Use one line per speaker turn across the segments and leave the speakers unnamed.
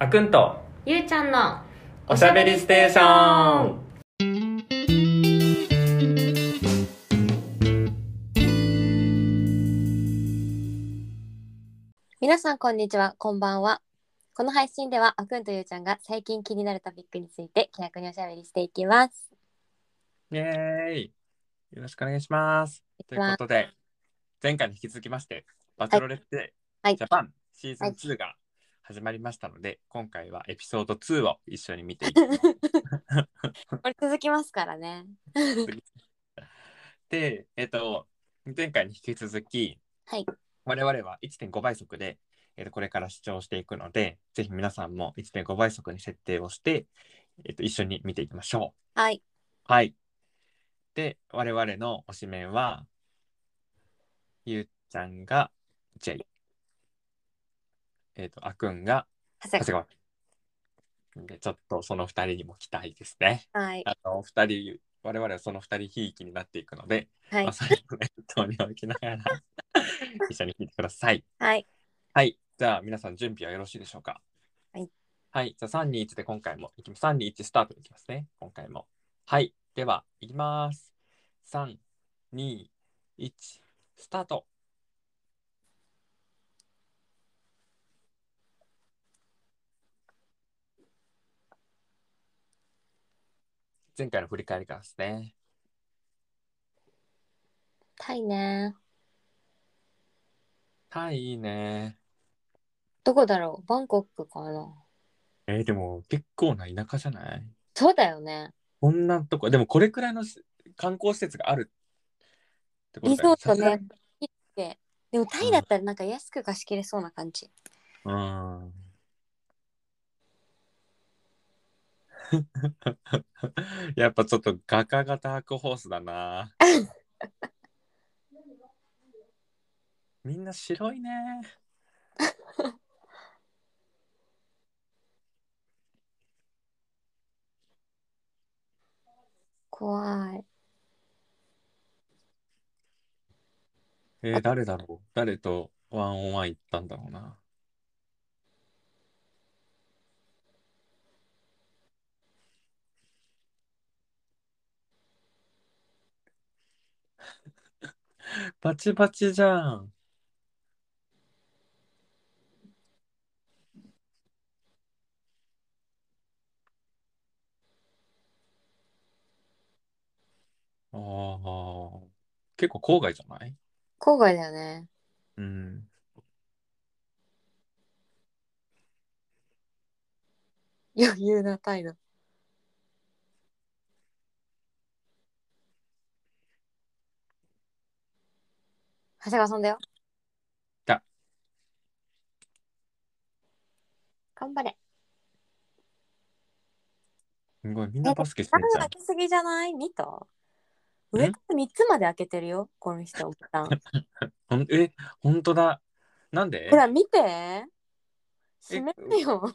あくんと
ゆうちゃんの
おしゃべりステーション
皆さんこんにちはこんばんはこの配信ではあくんとゆうちゃんが最近気になるトピックについて気楽におしゃべりしていきます
イエーイよろしくお願いしますということで前回に引き続きましてバチェロレッテ、
はい
ジャパンシーズン2が始まりましたので、今回はエピソード2を一緒に見ていきます
これ続きますからね
で、 えっと、前回に引き続き、
はい
我々は1.5倍速で、えっと、これから視聴していくので、ぜひ皆さんも1.5倍速に設定をして、えっと、一緒に見ていきましょ。
はいう
はい。で、我々の推しメンは、ゆうちゃんが J。えっと、あくんが
長
長
谷
谷川。で、ちょっとその2人にも期待ですね。
川はい
あの、二人、我々はその二人ひいきになっていくので、
は
ま
い
あ、最後の念頭に置きながら 一緒に聞いてください。
はい
はい。じゃあ、皆さん準備はよろしいでしょうか
はい。
はい。じゃあ、3、2、1で今回もいきます。3、2、1スタートでいきますね。今回も。はい。では、いきます。3、2、1スタート。前回の振り返りからですね。
タイね
はい、いいね。
どこだろうバンコクかな
えーでも結構な田舎じゃない
そうだよね
こんなとこでもこれくらいのし観光施設があるってこ
リ
とだ
ゾ
よね
ートね行ってでもタイだったらなんか安く貸し切れそうな感じ
うん やっぱちょっと画家がダークホースだ なみんな白いね
怖い
えー誰だろう誰とワンオンワン行ったんだろうな バチバチじゃん。ああ、結構郊外じゃない
郊外だよね
うん。
余裕な態度長谷川さんだよ
だ
頑張れ
すごい、みんなバスケして
ダ
ん
ム
じゃん
開。けすぎじゃない見た上から3つまで開けてるよこの人ボ タン
ほんえ、ほんとだ。なんで
ほら見て閉め てよ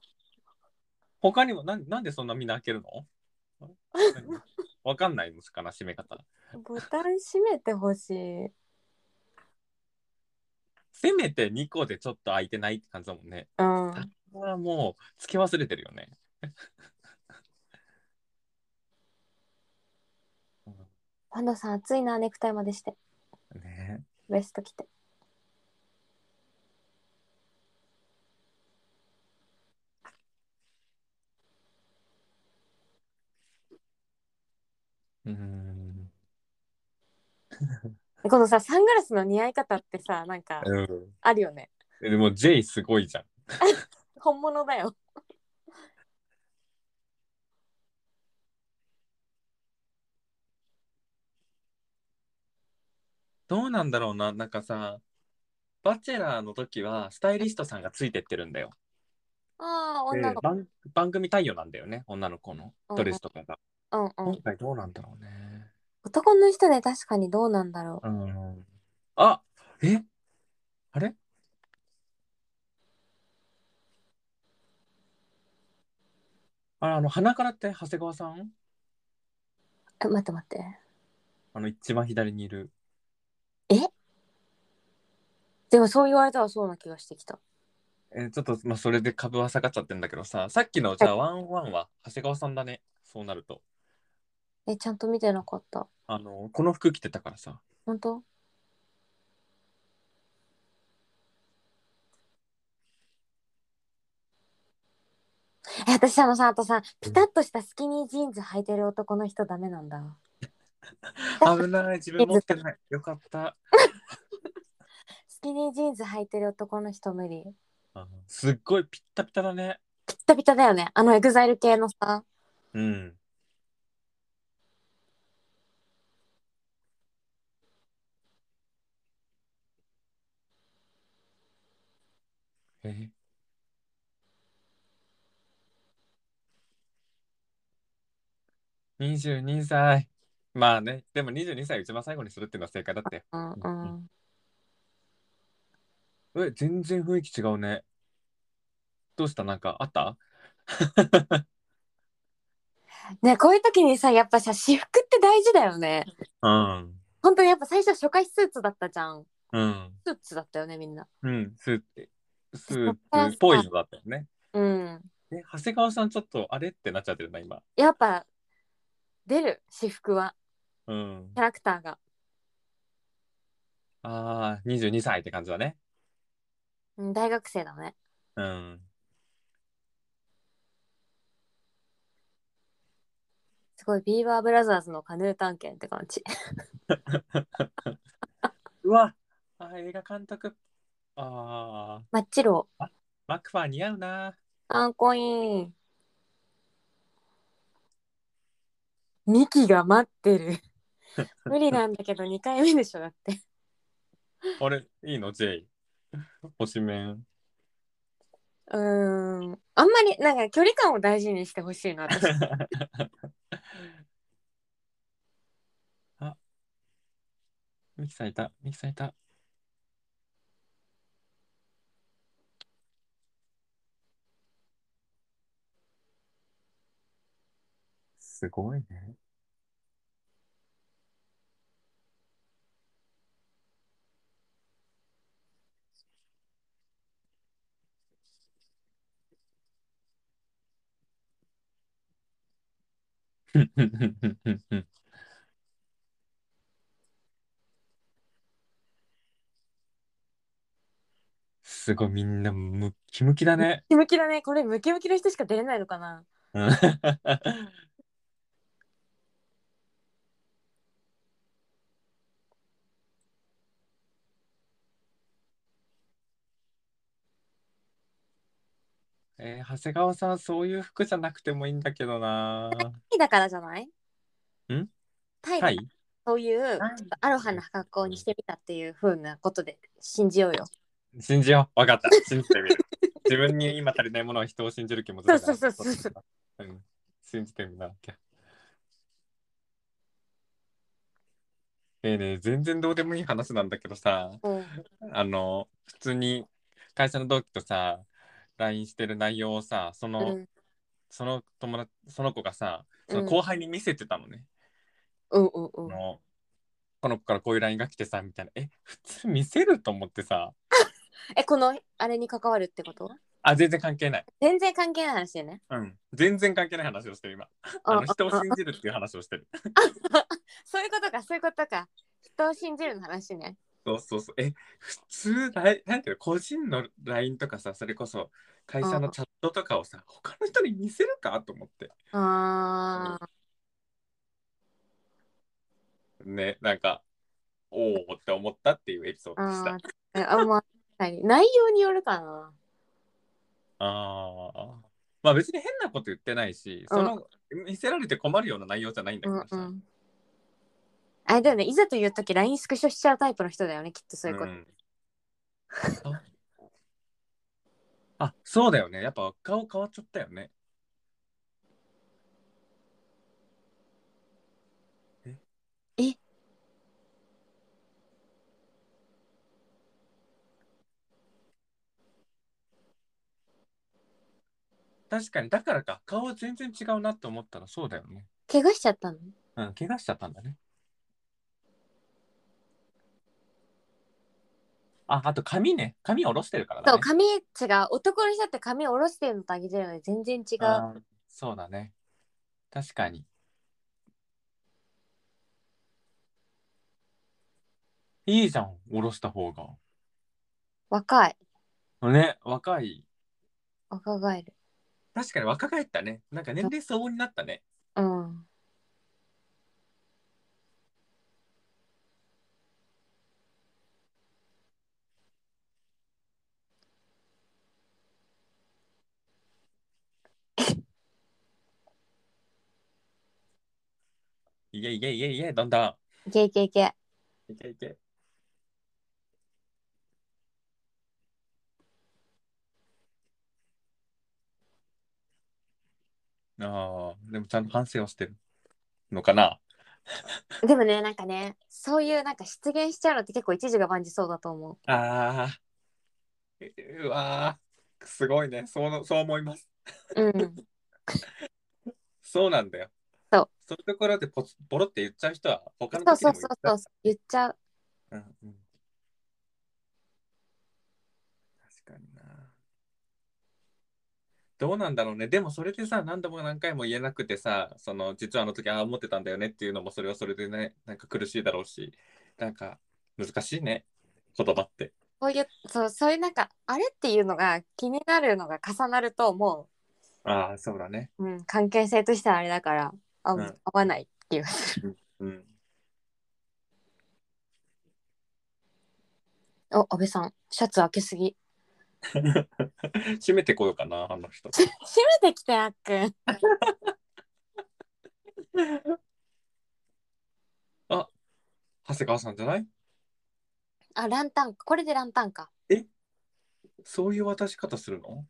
他にもなん、なんでそんなみんな開けるの何わかんないですから、閉め方。
ボタン閉めてほしい
せめて2個でちょっと開いてないって感じだもんね。
うん
これはもう、つけ忘れてるよね。
パンダさん暑いなネクタイまでして
ね
ウエスト着て
うーん。
このさサングラスの似合い方ってさなんか
うん
あるよね
えでも、J すごいじゃん。
本物だよ
どうなんだろうな、なんかさ、バチェラーの時は、スタイリストさんがついてってるんだよ。
ああ
で
女の子
番番組対応なんだよね、女の子のドレスとかが。
うんうん
今回どうなんだろうね。
男の人ね確かにどうなんだろ
うん。あえあれあれあの鼻からって長谷川さん
うえ待って待って
あの一番左にいる。
でもそう言われたらそうな気がしてきた
えーちょっと、まあ、それで株は下がっちゃってんだけどさ、さっきの、じゃあ、ワンワンは長谷川さんだね。そうなると。
え、ちゃんと見てなかった。
あの、この服着てたからさ。
本当え、私さ、あのさ、あとさ、ピタッとしたスキニージーンズ履いてる男の人ダメなんだ。
危ない、自分持ってない。よかった。
スキニージーンズ履いてる男の人無理。
あのすっごいピッタピタだね。
ピッタピタだよね。あのエグザイル系のさ。
うん。え22歳。まあね、でも22歳を一番最後にするっていうのは正解だって。
うんうん。
え、全然雰囲気違うね。どうしたなんかあった
ね、こういう時にさ、やっぱさ、私服って大事だよね。
うん。
本当にやっぱ最初初回スーツだったじゃん。
うん。
スーツだったよね、みんな。
うん。スーツ、スーツっぽいのだったよね。
うん。
え、長谷川さんちょっとあれってなっちゃってるな、今。
やっぱ、出る、私服は。
うん
キ。ャラクターが。
ああ、22歳って感じだね。
うん、大学生だね。
うん。
すごい、ビーバーブラザーズのカヌー探検って感じ。
うわあー映画監督。ああ、
マッチロー。
マクファー似合うな。
あー、コイン。ミキが待って る。無理なんだけど、2回目でしょ、だって。
あれ、いいの ?J。推しメン。
うーん。あんまり、なんか距離感を大事にしてほしいな、私。
あ、ミキさんいた、ミキさんいた。すごいね。すごいみんなムッキムキだね。
ムキムキだね。これ、ムキムキの人しか出れないのかな。
うん えー長谷川さんそういう服じゃなくてもいいんだけどな。
タイだからじゃないんタイだ
タイ
そういう
タイ
アロハな格好にしてみたっていう風なことで信じようよ。
信じよう。わかった。信じてみる。自分に今足りないものは人を信じる気持ちだから。。
そうそうそうそう
ん、信じてみなきゃ。ねえねえ、全然どうでもいい話なんだけどさ、
うん、
あの、普通に会社の同期とさ、LINE してる内容をさ、その、
うん、
その友達、その子がさ、そ
うん
の後輩に見せてたのね。
うん、うん
あのこの子からこういう LINE が来てさ、みたいな。え、普通見せると思ってさ、
え、このあれに関わるってこと
あ、全然関係ない。
全然関係ない話よね。
うん。全然関係ない話をしてる今。
あ
あ
あ
の人を
あ
信じるっていう話をしてる。
そういうことか、そういうことか。人を信じるの話ね。
そうそうそう。え、普通、ライなんていうの、個人の LINE とかさ、それこそ会社のチャットとかをさ、他の人に見せるかと思って。
ああ、
ね、なんか、おおって思ったっていうエピソードでした。
あーあ、まあ、確かに内容によるかな。
ああ。まあ別に変なこと言ってないし、その、見せられて困るような内容じゃないんだ
う
け
ん
どさ。
うん。あれだよね、いざという時 LINE スクショしちゃうタイプの人だよね、きっとそういうこと。
んああ、そうだよね。やっぱ顔変わっちゃったよね。確かに、だからか、顔全然違うなって思ったらそうだよね。
怪我しちゃったの
うん、怪我しちゃったんだね。あ、あと髪ね。髪下ろしてるからだ
そう
ね。
髪違う男の人って髪下ろしてるのとあげてるので全然違う
あーそうだね。確かに。いいじゃん、下ろした方が。
若い
ね、若い。
若返る
確かに若返ったね。なんか年齢相応になったね。
うん
いえいえいえいえ、どんどん。
いけいけいけ
いけいけ。ああ、でもちゃんと反省をしてるのかな。
でもねなんかねそういうなんか出現しちゃうのって結構一時が万事そうだと思う
ああ、うわーすごいね。そう、そう思います。
うん
そうなんだよ。
そう。
そういうところでポツボロって言っちゃう人は他の
そう
時に
そう
も
そ
言っ
う
ちゃ。
そ
う
うう言っちゃう
んうん、確かにな。どうなんだろうね。でもそれでさ、何度も何回も言えなくてさ、その実はあの時ああ思ってたんだよねっていうのもそれはそれでね、なんか苦しいだろうし、なんか難しいね。言葉って。
そういうそうそういうなんかあれっていうのが気になるのが重なるとも
ああ、そうだね。
う、うん、関係性としてはあれだからあ、
うん
合わないっていう
うん。
お安倍さんシャツ開けすぎ
締めてこようかな、あの 人。
閉めてきてあっくん
長谷川さんじゃない
あランタンこれでランタンか
そういう渡し方するの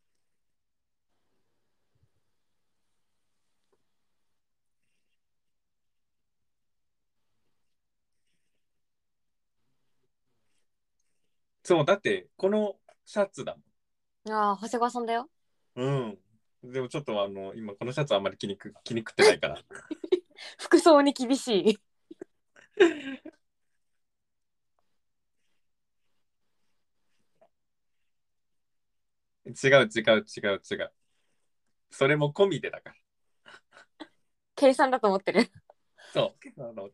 そうだってこのシャツだ
ああ長谷川さんだよ
もんうんでもちょっとあの今このシャツあんまり気にく気に食ってないから
服装に厳しい
違う違う違う違うそれも込みでだから
計算だと思ってる
そう あの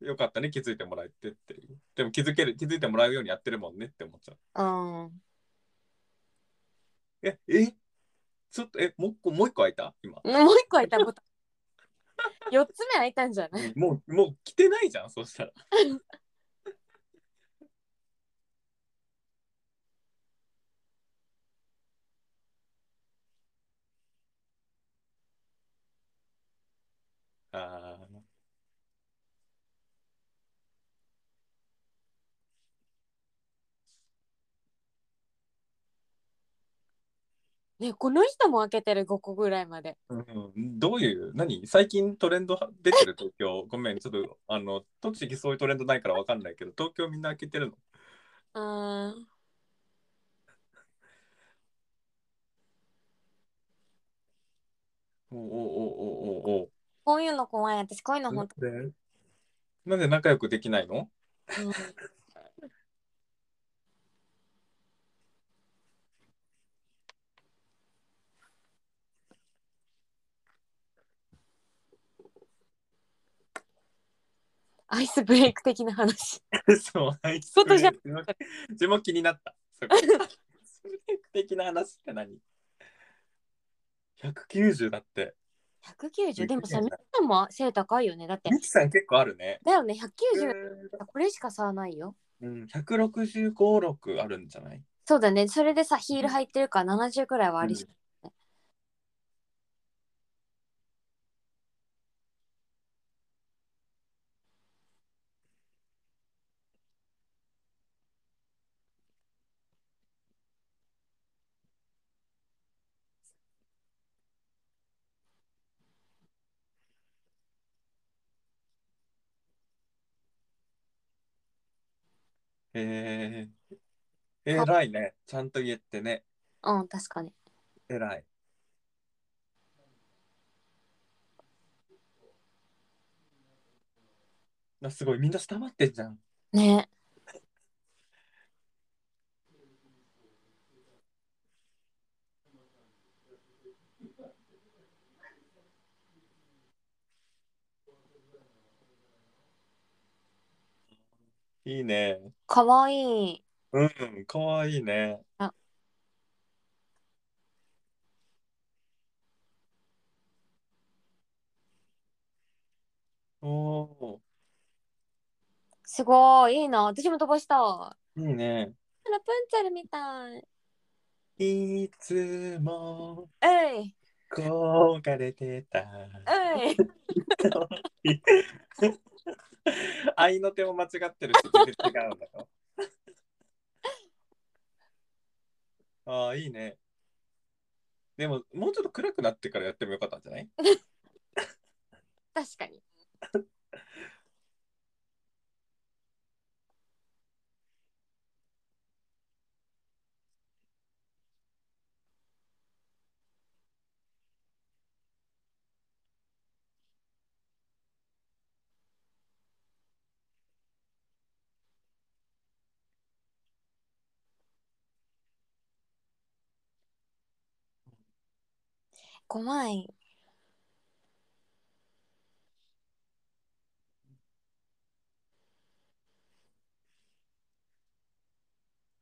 よかったね気づいてもらえてっていうでも気づける気づいてもらうようにやってるもんねって思っちゃう
うん
え、え、ちょっと、え、もう一個、もう一個開いた 今。
もう一個開いたこと。四つ目開いたんじゃない。
もう、もう来てないじゃん、そうしたら。 あー
ね、この人も開けてる五個ぐらいまで。
うん、どういう何最近トレンド出てる東京 ごめんちょっとあの栃木そういうトレンドないからわかんないけど東京みんな開けてるの
うん。
おおおおおお
こういうの怖い、私こういうの
なん
本
でなんで仲良くできないの
当。うんアイスブレイク的な話。
そう、あいつ。
外じゃ
自分自分も気になった。そこスプレー的な話って何 ?190 だって。
百九十、でもさ、
190
みんなも背高いよね、だって
ミ。キさん結構あるね。
だよね、百九十、これしか差はないよ。
うん、165、6あるんじゃない
そうだね、それでさ、ヒール履いてるから、七十くらいはありそう。
えー、偉いね。ちゃんと言えってね。
うん、確かに。
偉い。あすごい、みんな伝わってんじゃん。
ね。
いいね。
かわいい。
うん、かわいいね。
あ
おー、
すごい。いいな。私も飛ばしたい。
いいね。
ラプンツェルみたい。
いつも
えい。
焦れてた。
えい。
愛の手も間違ってるし、全然違うんだよ。ああ、いいね。でも、もうちょっと暗くなってからやってもよかったんじゃない
確かに。5万円。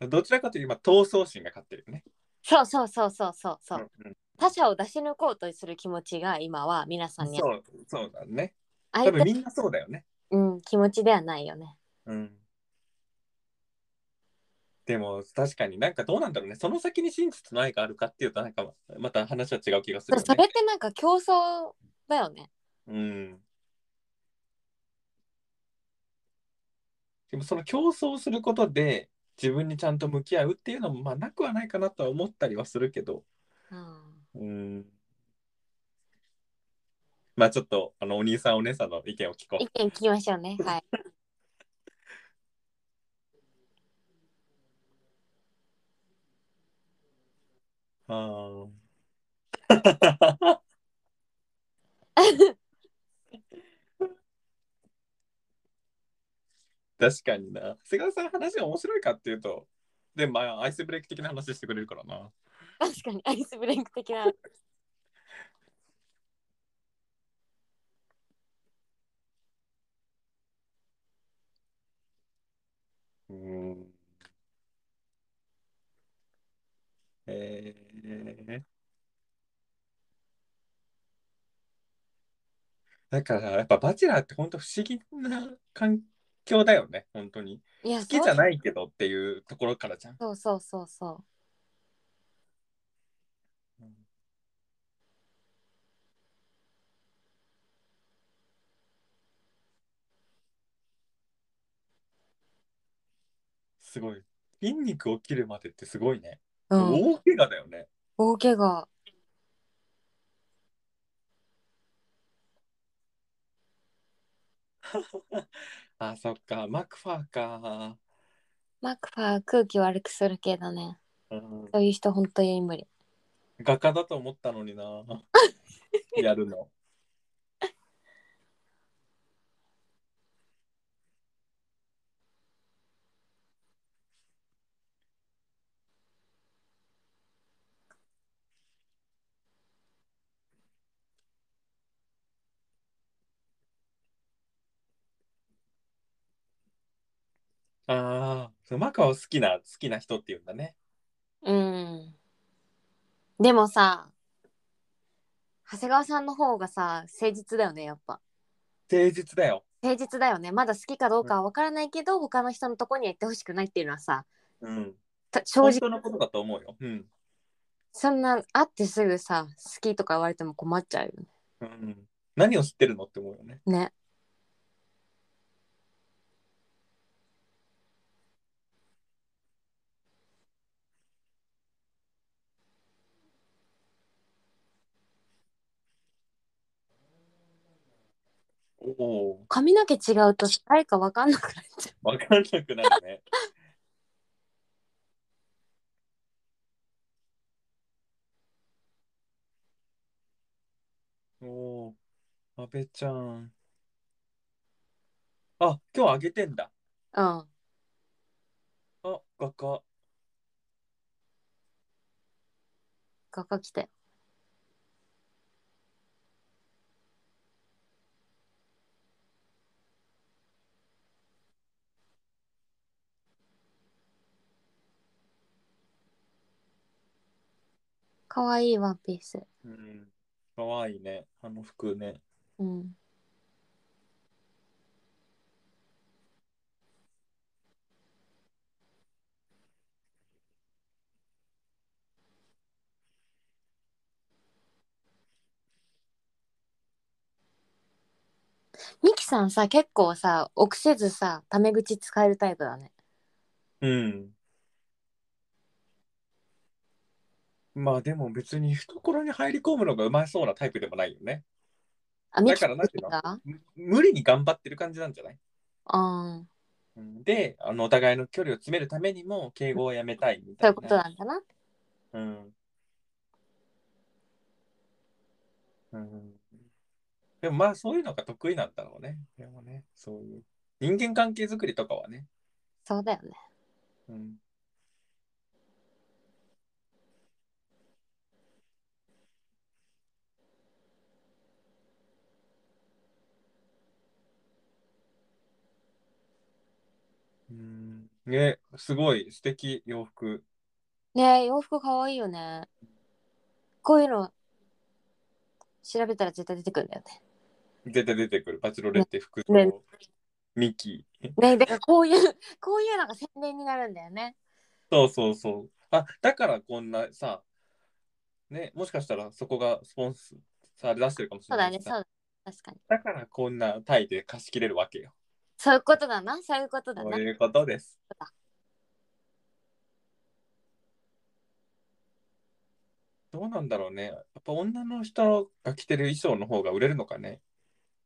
どちらかというと今、闘争心が勝ってるよね。
そうそうそうそうそうそう。
うんうん
他者を出し抜こうとする気持ちが今は皆さんにある
そう、そうだね。多
相
分
手、
みんなそうだよね。
うん、気持ちではないよね。
うん。でも、確かになんかどうなんだろうね。その先に真実の愛があるかっていうと、なんかまた話は違う気がするよ
それ
ね。
ってなんか競争だよね。
うん。でもその競争することで自分にちゃんと向き合うっていうのもまあなくはないかなとは思ったりはするけど、
うん、
うん、まあちょっとあのお兄さんお姉さんの意見を聞こ
意見聞きましょうね。はい。
う。あー 確かにな。瀬川さん話が面白いかっていうと、で、まあアイスブレイク的な話してくれるからな。
確かにアイスブレイク的な。
うん。えーだからやっぱバチェラーって本当不思議な環境だよね本当に
いや、
好きじゃ
い。
ないけどっていうところからじゃん、
そうそうそうそう。
すごい筋肉を切るまでってすごいね、
うん、
大怪我だよね
大怪我。
あそっかマクファーか
マクファー空気悪くする系だね。
うん
そういう人本当に無理。
画家だと思ったのになやるのああそうマカオ好きな好きな人っていうんだね
うん。でもさ、長谷川さんの方がさ、誠実だよね、やっぱ。
誠実だよ
誠実だよねまだ好きかどうかは分からないけど、他の人のとこには行ってほしくないっていうのはさ
うん
た正
本
直
当のことだと思うようん
そんな会ってすぐさ好きとか言われても困っちゃうよ
うん、何を知ってるのって思うよね。
ねね
おお、
髪の毛違うと誰か分かんなくなっちゃ
わかんなくなるね。おお、阿部ちゃん。あ、今日あげてんだ。
ううん
あ、画家。
画家来てかわいいワンピース。
うん。かわいいね。あの服ね。
うん。ミキさんさ結構さ臆せずさタメ口使えるタイプだね。
うん。まあでも別に懐に入り込むのがうまそうなタイプでもないよね。
あミキ
だからなんていうの
が
む無理に頑張ってる感じなんじゃない
うん
うんで、あのお互いの距離を詰めるためにも敬語をやめたいみ
そう
た
い
いう
こと
な。
なんだな。
うん。うん。でもまあそういうのが得意なんだろうね。でもね、そういう。人間関係作りとかはね。
そうだよね。
うん。うんね、すごい素敵洋服。
ねえ洋服かわいいよね。こういうの調べたら絶対出てくるんだよね。
絶対出てくる。バチロレッテ服装、
ねね
ミキー。
ねだからこういう こういうのが宣伝になるんだよね。
そうそうそう。あ、だからこんなさ、ね、もしかしたらそこがスポンサーで出してるかもし
そ
れ
う
な
だ
い
ね
し
そう
さ
だ確かに。
だからこんなタイで貸し切れるわけよ。
そういうことだなそういうことだ
そ
な
う。いうことです。どうなんだろうね。やっぱ女の人が着てる衣装の方が売れるのかね。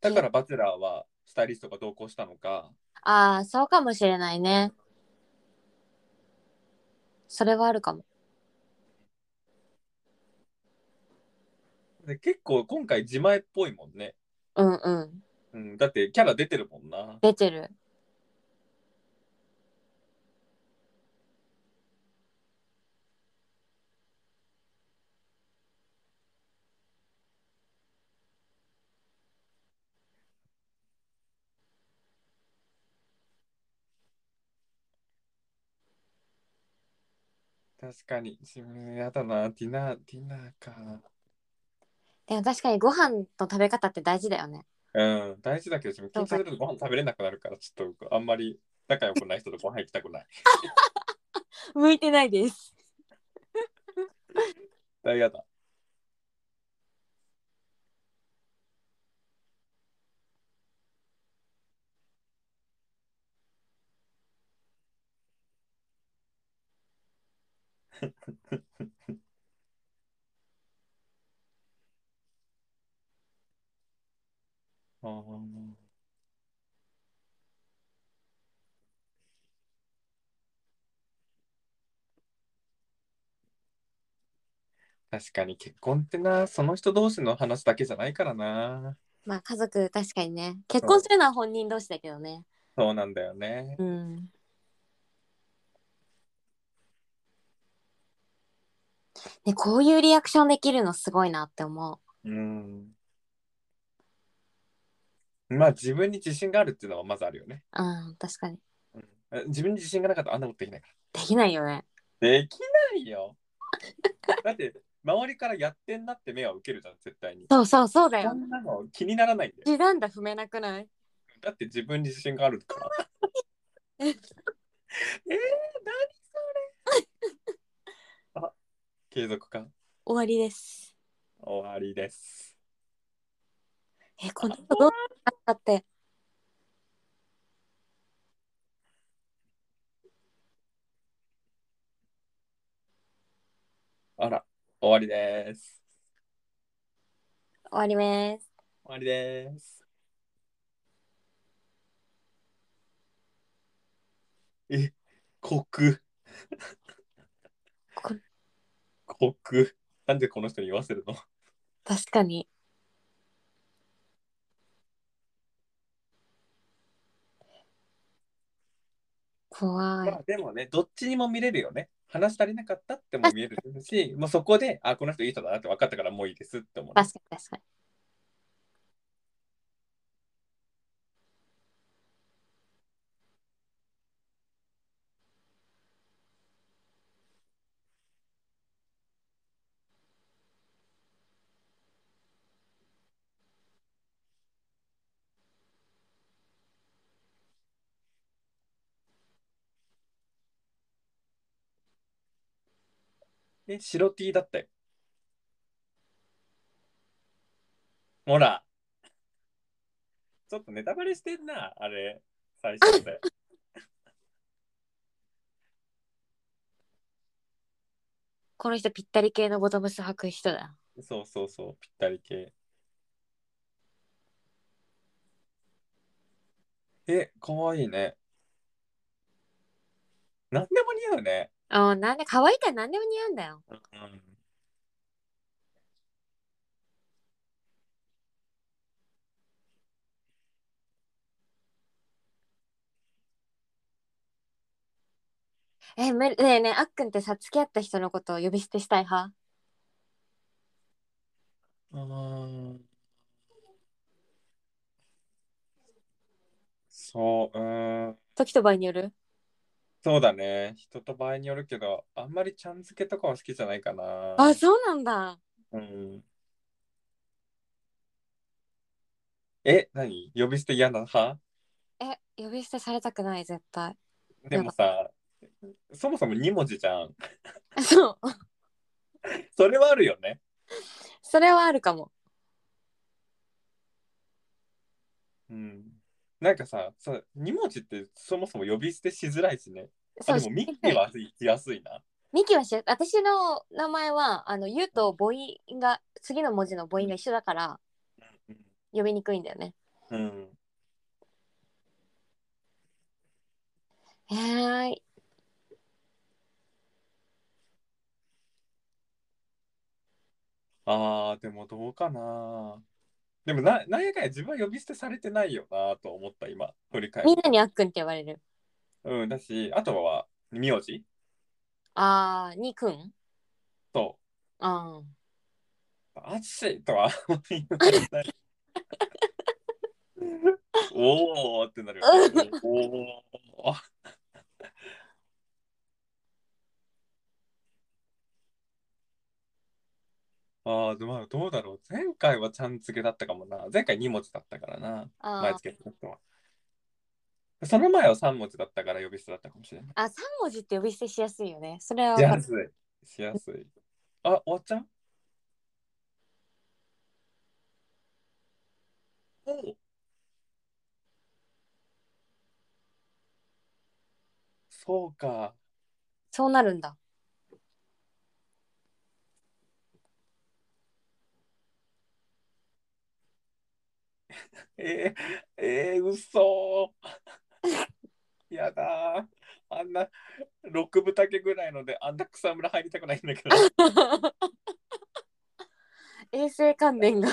だからバチェラーはスタイリストが同行したのか。
ああそうかもしれないね。それはあるかも。
で結構今回自前っぽいもんね。
うんうん
うん、だってキャラ出てるもんな。
出てる。
確かに。自分やだな。ディナー、ディナーか。
でも確かにご飯の食べ方って大事だよね。
うん、大事だけど、自分緊
そ
張
うか
するとご飯食べれなくなるから、ちょっとあんまり仲良くない人とご飯行きたくない。
向いてないです。
だいやだ。 あー確かに結婚ってな、その人同士の話だけじゃないからな。
まあ家族確かにね結婚するのは本人同士だけどね。
そうなんだよね。
うん。ねこういうリアクションできるのすごいなって思う。
うん。まあ自分に自信があるっていうのはまずあるよね。
うん確かに。
うん自分に自信がなかったらあんなことできないか
できないよね。
ら。できないよ。 だって周りからやってんなって目は受けるじゃん、絶対に。
そうそうそうだ
そ
よ。
んなの気にならないんだよ。
時短だ踏めなくない
だって自分に自信がある から。え
え
ー、何 それあ継続か。
終わりです。
終わりです。
えこの人どうなったって
あら、終わりです。
終わります。
終わりです。え、コク。
こ
コク。なんでこの人に言わせるの
確かに。怖
ま
い。
あでもね、どっちにも見れるよね。話し足りなかったっても見えるし、もうそこで、あ、この人いい人だなって分かったからもういいですって思う。
確かに確かに。
え、白 T だったよ。ほら。ちょっとネタバレしてんな、あれ。最初で。
この人ぴったり系のボトムス履く人だ。
そうそうそう、ぴったり系。え、かわいいね。なんでも似合うね。
うん、なんで可愛いから何でも似合うんだよ。
うん。
え、むねえねえ、あっくんってさ、付き合った人のことを呼び捨てしたい派
うんそう、うーん、
時と場合による
そうだね。人と場合によるけど、あんまりちゃん付けとかは好きじゃないかな。
あ、そうなんだ。
うん。え、何呼び捨て嫌な派
え、呼び捨てされたくない、絶対。
でもさ、そもそも2文字じゃん。
そう。
それはあるよね。
それはあるかも。
うん。なんかさ、そ2文字ってそもそも呼び捨てしづらいしね。あ、
そう
でもミッキーは言いやすいな。
ミキはし私の名前は、あの、ゆと母音が、次の文字の母音が一緒だから、呼びにくいんだよね。
うん。うん
へーい。
ああ、でもどうかな。でもな、なんやかんや自分は呼び捨てされてないよなと思った今、振り返
み
る
ん。なにあっくんって呼ばれる。
うん、だし、あとは名字
あー、にくん
と、
あ
あっしとはあんまり言われない。おーってなるよね。おー。ああ、でもどうだろう。前回はちゃん付けだったかもな。前回2文字だったからな。
ーあ
前
ー。
付けた人は。その前は3文字だったから呼び捨てだったかもしれない。
あ、3文字って呼び捨てしやすいよね。それはわ
し
か
や
る。
すい。しやすい。あ、おっちゃんおうそうか。
そうなるんだ。
えー、えー、うそやだー。あんな6分丈ぐらいのであんな草むら入りたくないんだけど。
衛生観念が。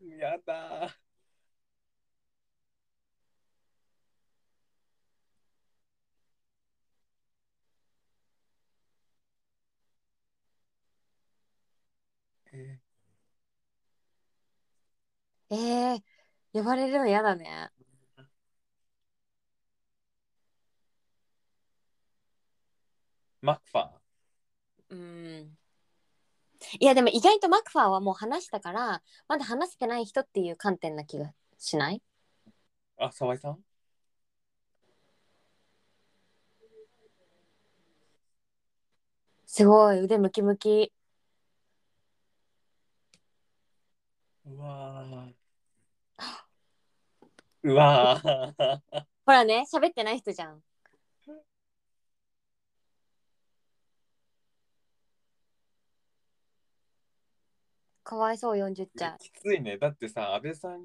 やだー。え
えー、呼ばれるの嫌だね。
ー、マクファー。
うん。いやでも意外とマクファーはもう話したから、まだ話せてない人っていう観点な気がしない
あ、沢井さん
すごい、腕ムキムキ。
うわー。うわー。
ほらね、喋ってない人じゃん。かわいそう、40ちゃん。
きついね。だってさ、安倍さん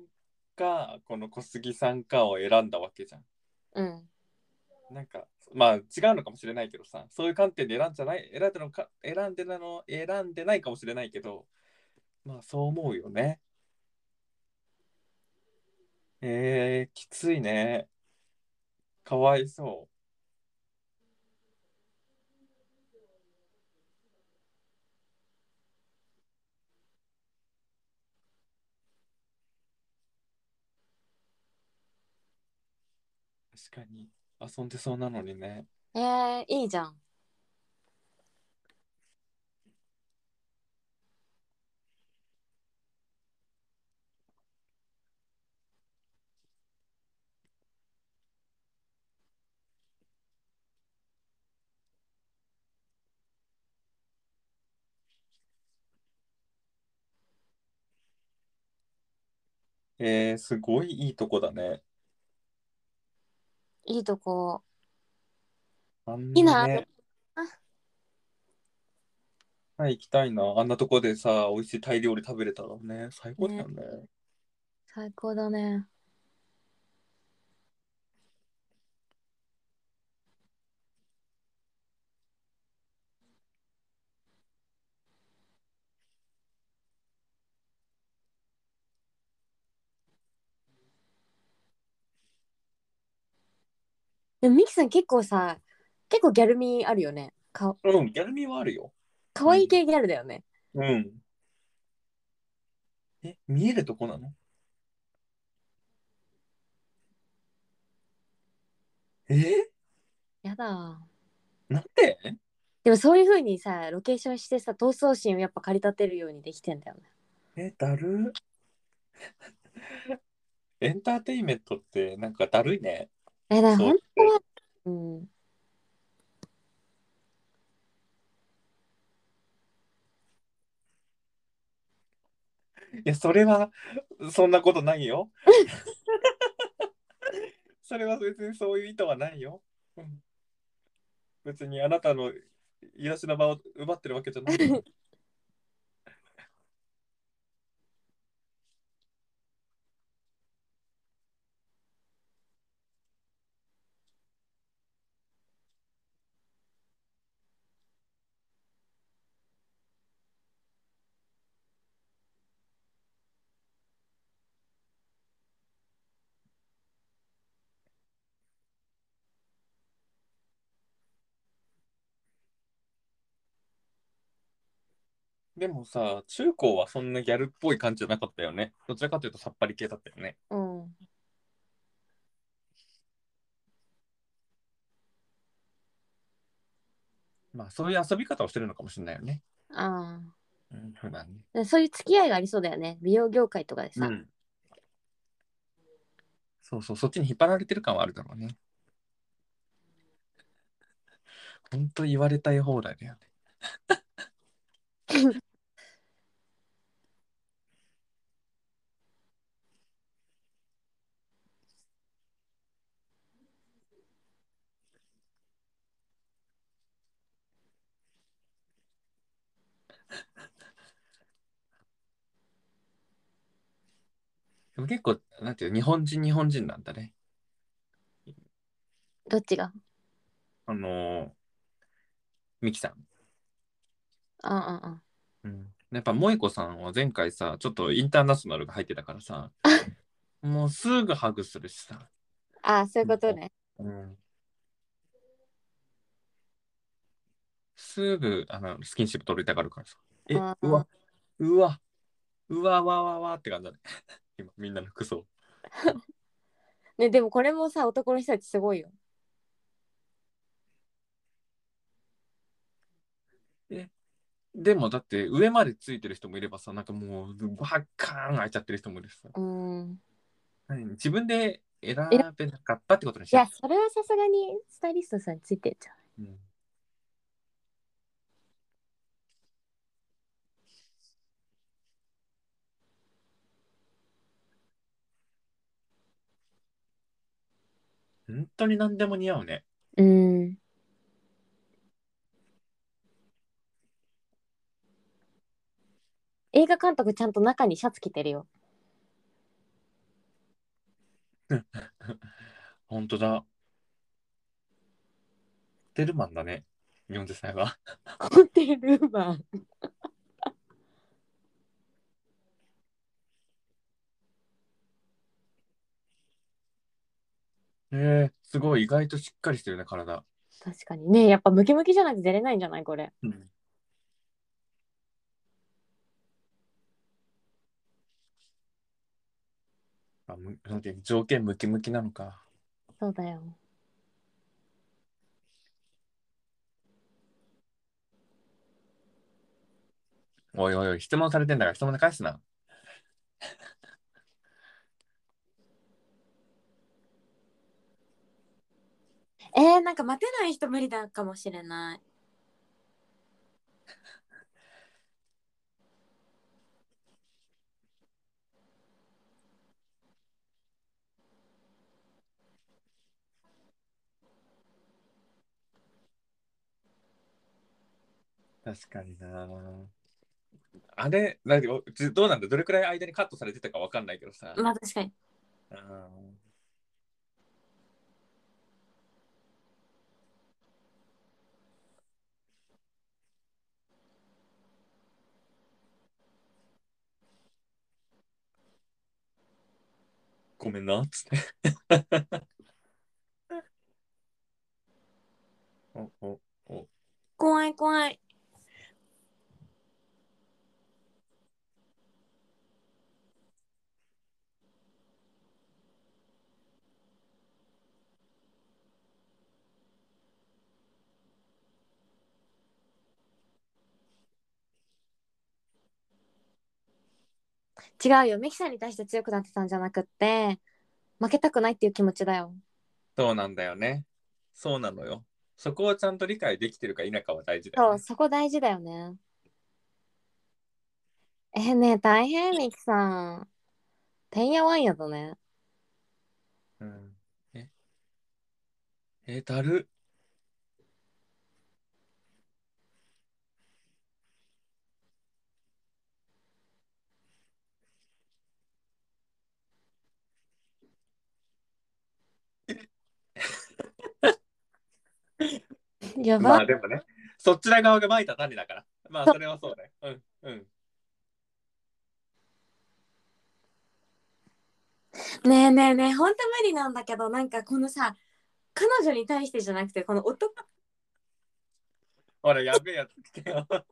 か、この小杉さんかを選んだわけじゃん。
うん。
なんか、まあ違うのかもしれないけどさ、そういう観点で選んじゃない、選んでのか、選んでなの、選んでないかもしれないけど、まあそう思うよね。えー、きついね。かわいそう。確かに。遊んでそうなのにね。
えー、いいじゃん。
えー、すごいいいとこだね。
いいとこ。
あん
いいな
なね
あ。
はい、行きたいな。あんなとこでさ、美味しいタイ料理食べれたらね、最高だよね。
最高だね。でもミキさん結構さ、結構ギャル味あるよね。か
うん、ギャル味はあるよ。
可愛い系ギャルだよね。
うん。え、見えるとこなのえー
やだ。
なんで
でもそういう風にさ、ロケーションしてさ、闘争心をやっぱ駆り立てるようにできてんだよね。
え、だる。 エンターテインメントってなんかだるいね。
え、だから
そう
本当は、うん。
いや、それは、そんなことないよ。それは別にそういう意図はないよ。うん別にあなたの癒しの場を奪ってるわけじゃない。でもさ、中高はそんなギャルっぽい感じじゃなかったよね。どちらかというとさっぱり系だったよね。
うん。
まあ、そういう遊び方をしてるのかもしれないよね。
あ
うん、普段ね。
あ。そういう付き合いがありそうだよね。美容業界とかでさ。
ん。そうそう、そっちに引っ張られてる感はあるだろうね。本当言われたい放題だよね。でも結構、なんていうの、日本人、日本人なんだね。
どっちが
あのー、ミキさん。
ああ、ああ。
うん、やっぱ萌子さんは前回さちょっとインターナショナルが入ってたからさもうすぐハグするしさ、
ああ、そういうことね。
うん、すぐあのスキンシップ取りたがるからさえ
あー
うわうわうわわわわって感じだね 今みんなの服装
ね、でもこれもさ、男の人たちすごいよ。
でもだって上までついてる人もいればさなんかもうバッカーン開いちゃってる人もいるしさ
うん。
何自分で選べなかったってことにし
い
よ
や、それはさすがにスタイリストさんについてっちゃう。
う、うん本当に何でも似合うね
うん。映画監督ちゃんと中にシャツ着て るよ。
本当だ。デルマンだね。40歳は。
ホテルマン。
ええすごい。意外としっかりしてるね、体。
確かにね、やっぱムキムキじゃないと出れないんじゃないこれ。
うん。あ、む、なんていうの条件ムキムキなのか。
そうだよ。
おいおいおい、質問されてんだから質問で返すな。
えー、なんか待てない人無理だかもしれない。
確かになあれなんかおずどうなんだどれくらい間にカットされてたかわかんないけどさ、
まあ確かに。
うんごめんなっつって おお
怖い怖い。違うよ。ミキさんに対して強くなってたんじゃなくって、負けたくないっていう気持ちだよ。
そうなんだよねそうなのよそこをちゃんと理解できてるか否かは大事だ
そ
よ、
う、
ね、
そこ大事だよね。え、ねえ、大変、ミキさん。てんやわんやだね。
うん、ええだる
やば。
まあでもね、そちら側がまいた種だから。まあそれはそうね。うんうん。
ねえねえねえ、ほんと無理なんだけど、なんかこのさ、彼女に対してじゃなくて、この男、
ほら、やべえやつ来てよ。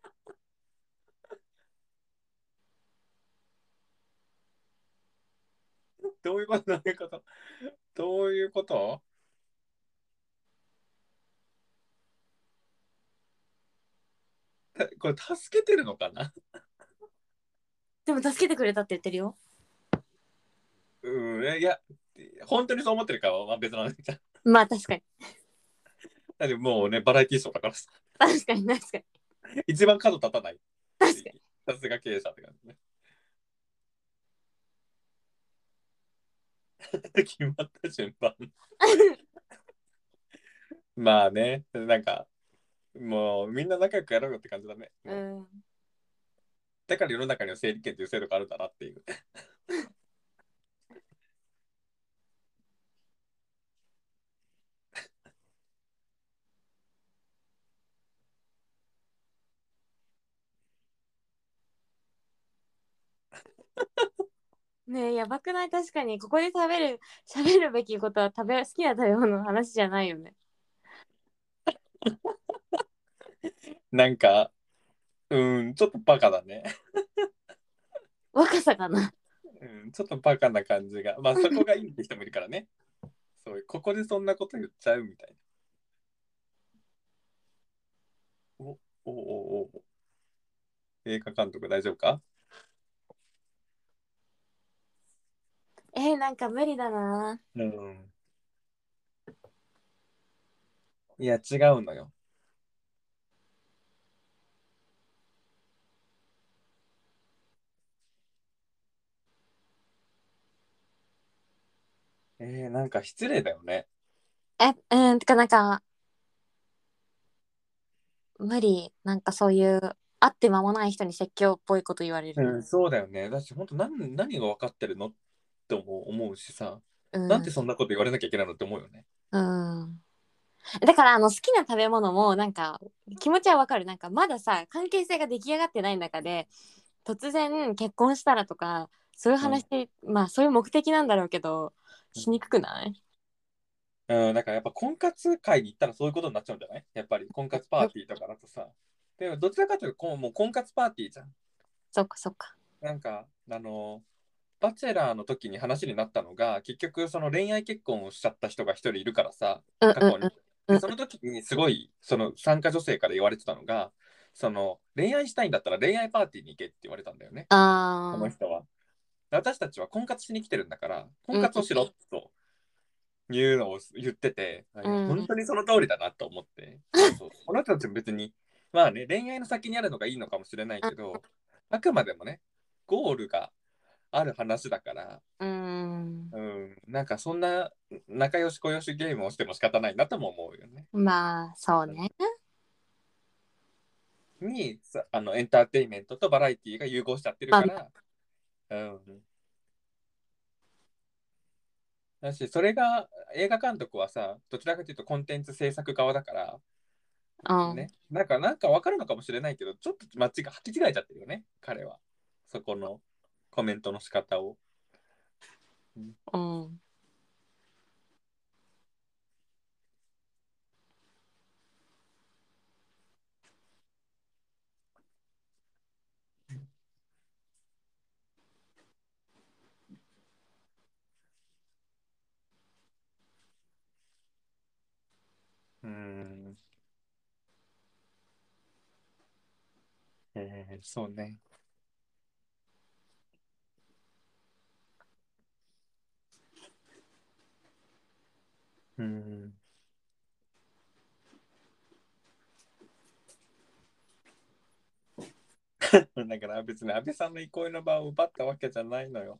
どういうことどういうことどういうことえこれ助けてるのかな
でも助けてくれたって言ってるよ。
うん、えいや、本当にそう思ってるかは別なんだけど
まあ確かに。
だってもうね、バラエティーショーだからさ、
確かに確かに。
一番角立たない。
確かに。
さすが経営者って感じね。 決まった順 番。まあね、なんか、もうみんな仲良くやろうよって感じだね。
うん。
だから世の中には整理券という制度があるんだなっていう。
ねえ、やばくない確かに。ここで食べる、喋るべきことは食べ、好きな食べ物の話じゃないよね。
なんか、うん、ちょっとバカだね。
若さかな。
うん、ちょっとバカな感じが。まあそこがいいって人もいるからね。 そうここでそんなこと言っちゃうみたいな。おおおお。映画監督大丈夫か
えー、なんか無理だな。
うん。いや違うのよ。えー、なんか失礼だよね。
え、うん、てかなんか、無理。なんかそういう、会って間もない人に説教っぽいこと言われ
うん、
る。
そうだよね。だし、本当何、何が分かってるのって思う思うしさ、
うん。
なんでそんなこと言われなきゃいけないのって思うよね。
うん。だからあの好きな食べ物もなんか気持ちはわかるなんかまださ関係性が出来上がってない中で突然結婚したらとかそういう話、まあそういう目的なんだろうけどしにくくない
うん、だからやっぱ婚活会に行ったらそういうことになっちゃうんじゃないやっぱり婚活パーティーとかだとさ。でもどちらかというとこう、もう婚活パーティーじゃん。
そっかそっか
なんか、あの、バチェラーの時に話になったのが、結局その恋愛結婚をしちゃった人が一人いるからさ、
うん
過
うん
去
う
に
ん。
で、その時にすごい、その参加女性から言われてたのが、その恋愛したいんだったら恋愛パーティーに行けって言われたんだよね。こ
あ
の
ー
人は。私たちは婚活しに来てるんだから、婚活をしろというのを言ってて、あいや本当にその通りだなと思って、そうこの人たちも別に、まあね、恋愛の先にあるのがいいのかもしれないけど、あくまでもね、ゴールがある話だから、
うん
うん、なんかそんな仲良し小良しゲームをしても仕方ないなとも思うよね。
まあそうね
にさあのエンターテインメントとバラエティが融合しちゃってるから、うん、だしそれが映画監督はさどちらかというとコンテンツ制作側だから、
うん
ね、なんかなんか分かるのかもしれないけどちょっと間違が履き違えちゃってるよね彼はそこのコメントの仕方を
うん
うんえー、そうねうん だから別に安倍さんの憩いの場を奪ったわけじゃないのよ。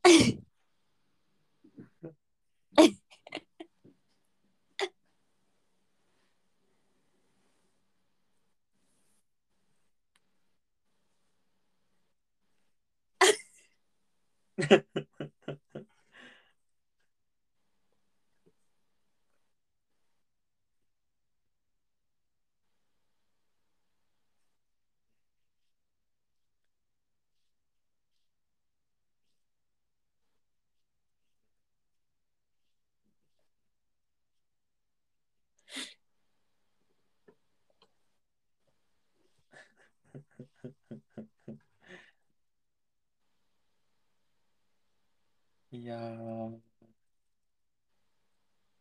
いやー、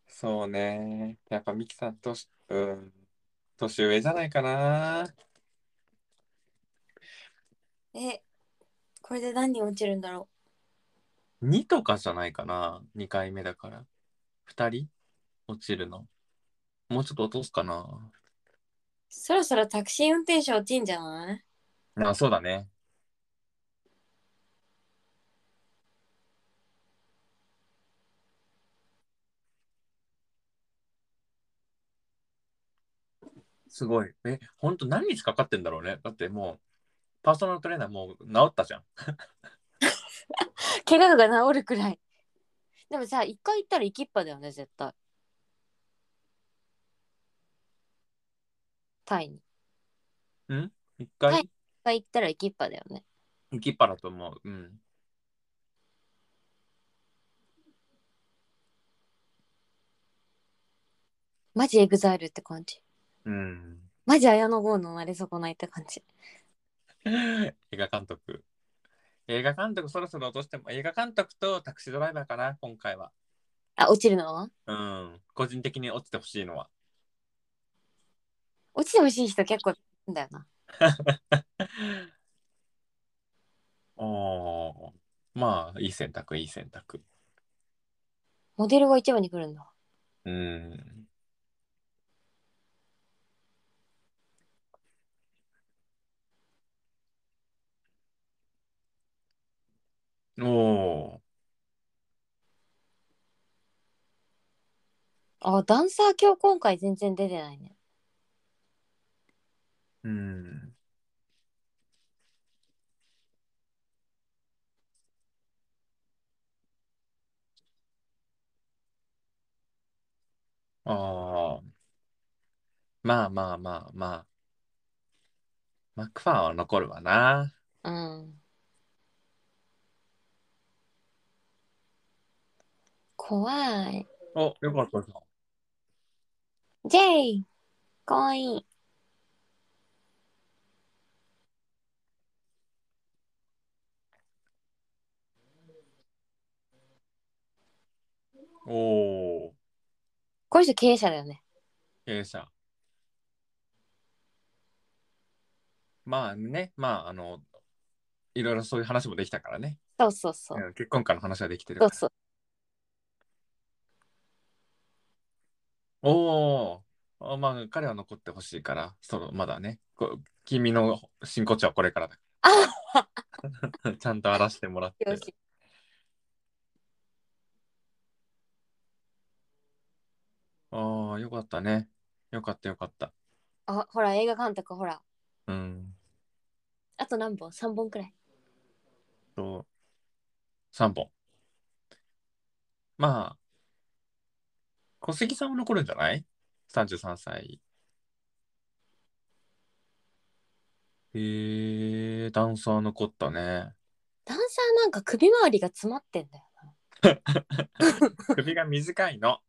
そうね。やっぱミキさんとし、うん、年上じゃないかな。
えこれで何人落ちるんだろ
2とかじゃないかな。2回目だから。2人落ちるの。もうちょっと落とすかな。
うそろそろタクシー運転手落ちんじゃない
あ、そうだね。すごい。え、ほんと何日かかってんだろうね。だってもう、パーソナルトレーナーもう治ったじゃん。
怪我が治るくらいでもさ一回行ったら行きっぱだよね絶対タイに
一
は
回
い、一回行ったら行きっぱだよね
行きっぱだと思う。うん。
マジエグザイルって感じ
うん。
マジ綾野剛の生まれ損ないって感じ
映画監督。映画監督そろそろ落としても、映画監督とタクシードライバーかな、今回は。
あ落ちるのは
うん。個人的に落ちてほしいのは。
落ちてほしい人結構いるんだよな
おーまあ、いい選択、いい選択。
モデルが一番に来るんだ
うん。おー
あダンサー今日今回全然出てないね
うん。ああ。まあまあまあまあ。マクファーは残るわな。
うん怖い
お、よかったじゃん。
ジェイかわいい
おお。
この人経営者だよね
経営者。まあね、まあ、あの、いろいろそういう話もできたからね。
そうそうそう、
うん結婚からの話はできてる
そ
か
う
ら。
そう
おお、あまあ、彼は残ってほしいから、そのまだね、こ君の真骨頂はこれからだ。
あ
ちゃんと荒らしてもらって。
よし
ああ、よかったね。よかったよかった。
あほら映画監督ほら
うん。
あと何本 ?3 本くらい。
と、3本。まあ、小杉さんは残るんじゃない ?33 歳。えー、ダンサー残ったね。
ダンサーなんか首周りが詰まってんだよ な。
首が短いの。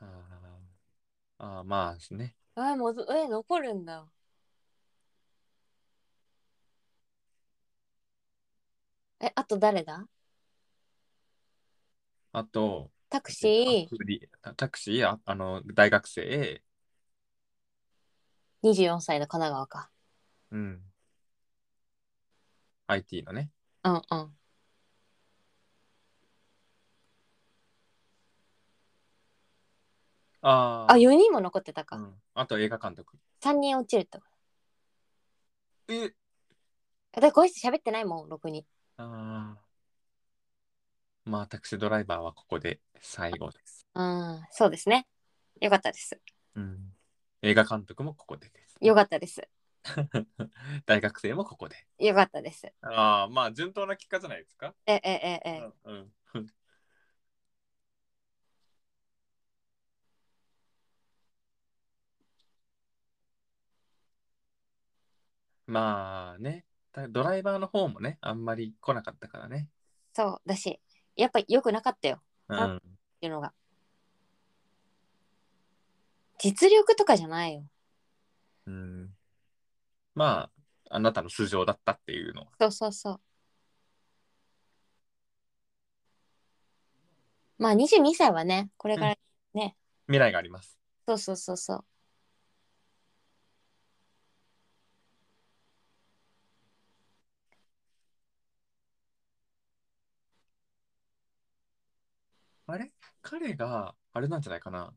あーあー、まあですね。
あもうえ残るんだえあと誰だ
あと、
タクシ
アプリタクシー、ああの、大学生、
ー24歳の神奈川か
うん。IT のね。
うんうん
あー
あ4人も残ってた
う
か、
ん、あと映画監督。
三3人落ちると
え
だからこの人喋ってないもんろくに
あーまあ、タクシードライバーはここで最後です。
うんそうですねよかったです
うん、映画監督もここでです。
よかったです
大学生もここで。
よかったです
ああ、まあ、順当な結果じゃないですか。
ええええ
うんうん、 まあね、だドライバーの方もね、あんまり来なかったからね。
そうだしやっぱ良くなかったよ
う
あ
ん、
っていうのが実力とかじゃないよ
うん、まあ、あなたの素性だったっていうのは。
そうそうそう。まあ22歳はね、これから、
未来があります。
そうそうそうそう。
あれ彼が、あれなんじゃないかな。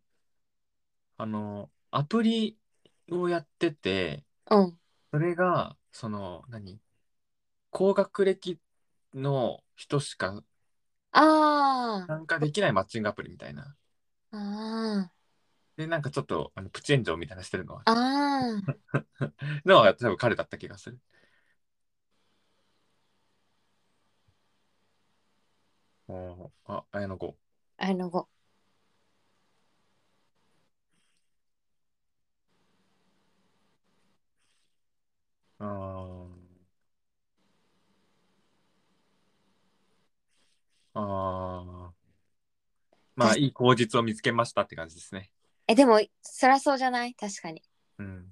あの、アプリをやってて、
うん。
それが、その、何高学歴の人しか
ああ。
参加できないマッチングアプリみたいな。
あ
で、なんかちょっとあのプチ炎上みたいなしてるのは
あ。、ああ。
のは多分彼だった気がする。おーあ、綾野剛。
あの後。
あーあー。まあ、いい口実を見つけましたって感じですね。
え、でも、そりゃそうじゃない確かに。
うん。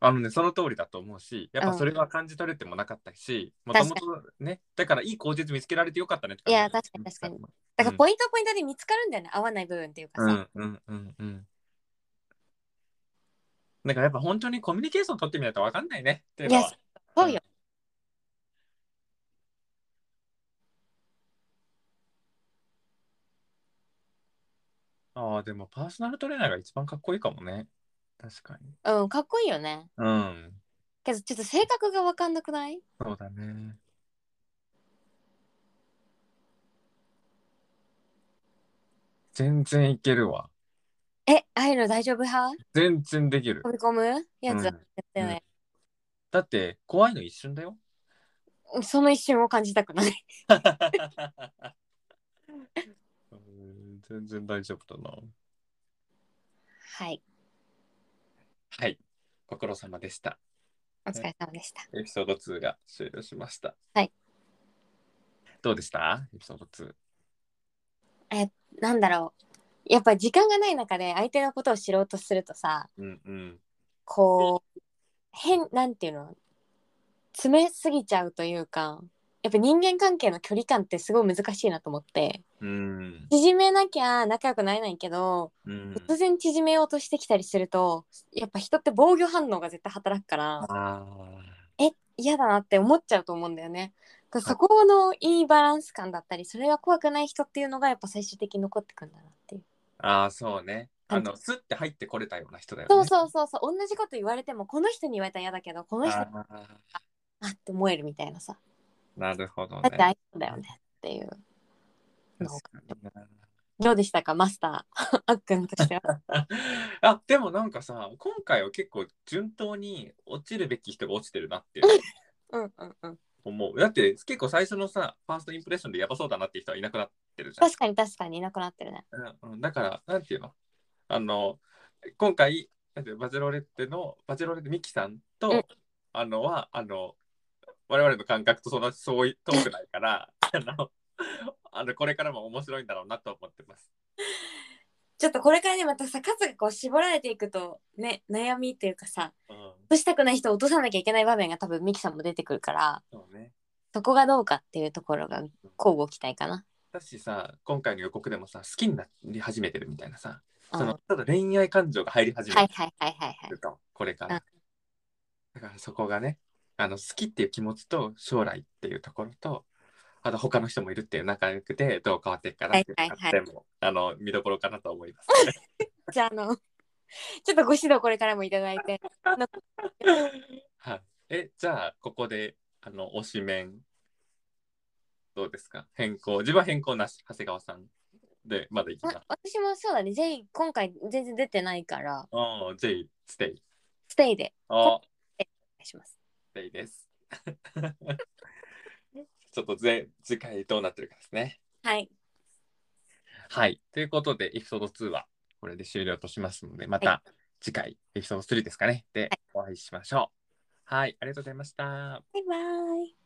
あのね、その通りだと思うし、やっぱそれは感じ取れてもなかったし、もともとね、だからいい口実見つけられてよかったねって感じ
いや確かに確かに。だからポイントポイントで見つかるんだよね。合わない部分っていうか
う
さ。
んうんうんうん。だからやっぱ本当にコミュニケーション取ってみないとわかんないねっていう
い
の
や
は、
そうよ。
ああ、でもパーソナルトレーナーが一番かっこいいかもね。確かに。
うん、かっこいいよね。
うん。
けど、ちょっと性格がわかんなくない
そうだね。全然いけるわ。
え、ああいうの大丈夫派
全然できる。
飛び込むやつだ
う
っ
ん
たよね。
だって怖いの一瞬だよ。
その一瞬を感じたくない。
うん全然大丈夫だな。
はい。
はい。ご苦労様でした。
お疲れ様でした。
エピソード2が終了しました。
はい。
どうでしたエピソード2。
なんだろうやっぱ時間がない中で相手のことを知ろうとするとさ
うんうん。
こう変なんていうの詰めすぎちゃうというかやっぱ人間関係の距離感ってすごい難しいなと思って
うん。
縮めなきゃ仲良くなれないけど
うん、
突然縮めようとしてきたりするとやっぱ人って防御反応が絶対働くから
あ
え嫌だなって思っちゃうと思うんだよね。だからそこのいいバランス感だったりそれが怖くない人っていうのがやっぱ最終的に残ってくんだなっていう。
ーあー、そうね。あの、スッて入ってこれたような人だよね。
そうそうそうそう同じこと言われてもこの人に言われたら嫌だけどこの人あ
あー
って思えるみたいなさ
なるほど
だ
ね
って。相手だよねっていう
確かにな
どうでしたかマスター あっくんとしては。
あでもなんかさ今回は結構順当に落ちるべき人が落ちてるなって
うんうんうん、
思うだって結構最初のさファーストインプレッションでやばそうだなって人はいなくなってるじゃん
確かに確かにいなくなってるね。
うんうんだから、なんていうのあの、今回、なんていうのバチェロレッテの、バチェロレッテミキさんと、
うん
あのは、あの、我々の感覚とそんなそうい遠くないから、 あの、あのこれからも面白いんだろうなと思ってます。
ちょっとこれからねまたさ数がこう絞られていくとね悩みっていうかさ
うん、
落としたくない人を落とさなきゃいけない場面が多分ミキさんも出てくるから
そうね。
そこがどうかっていうところが交互期待かな。
だしさ、今回の予告でもさ、好きになり始めてるみたいなさ、
うん
その、ただ恋愛感情が入り始めて
は
る
いはいはいはいはい。
とこれか
うん
ら。だからそこがね、あの好きっていう気持ちと将来っていうところと、あと他の人もいるっていう仲良くてどう変わっていくかなっていう
はい
の
はいはい
がでもあの見どころかなと思います。
じゃああの ちょっとご指導これからもいただいて
はい。え、じゃあここであの推しメンどうですか変更自分は変更なし長谷川さんでまだいきます
あ。私もそうだね J 今回全然出てないから
ああ、J ステイ。
ステイで
ああ、
お願いします。
ステイです。 ちょっとぜ次回どうなってるかですね。
はい
はい。ということで、エピソード2はこれで終了としますので、ま
は
た次回、エピソード3ですかね。で、お会いしましょう。はい。ありがとうございました。
バイバイ。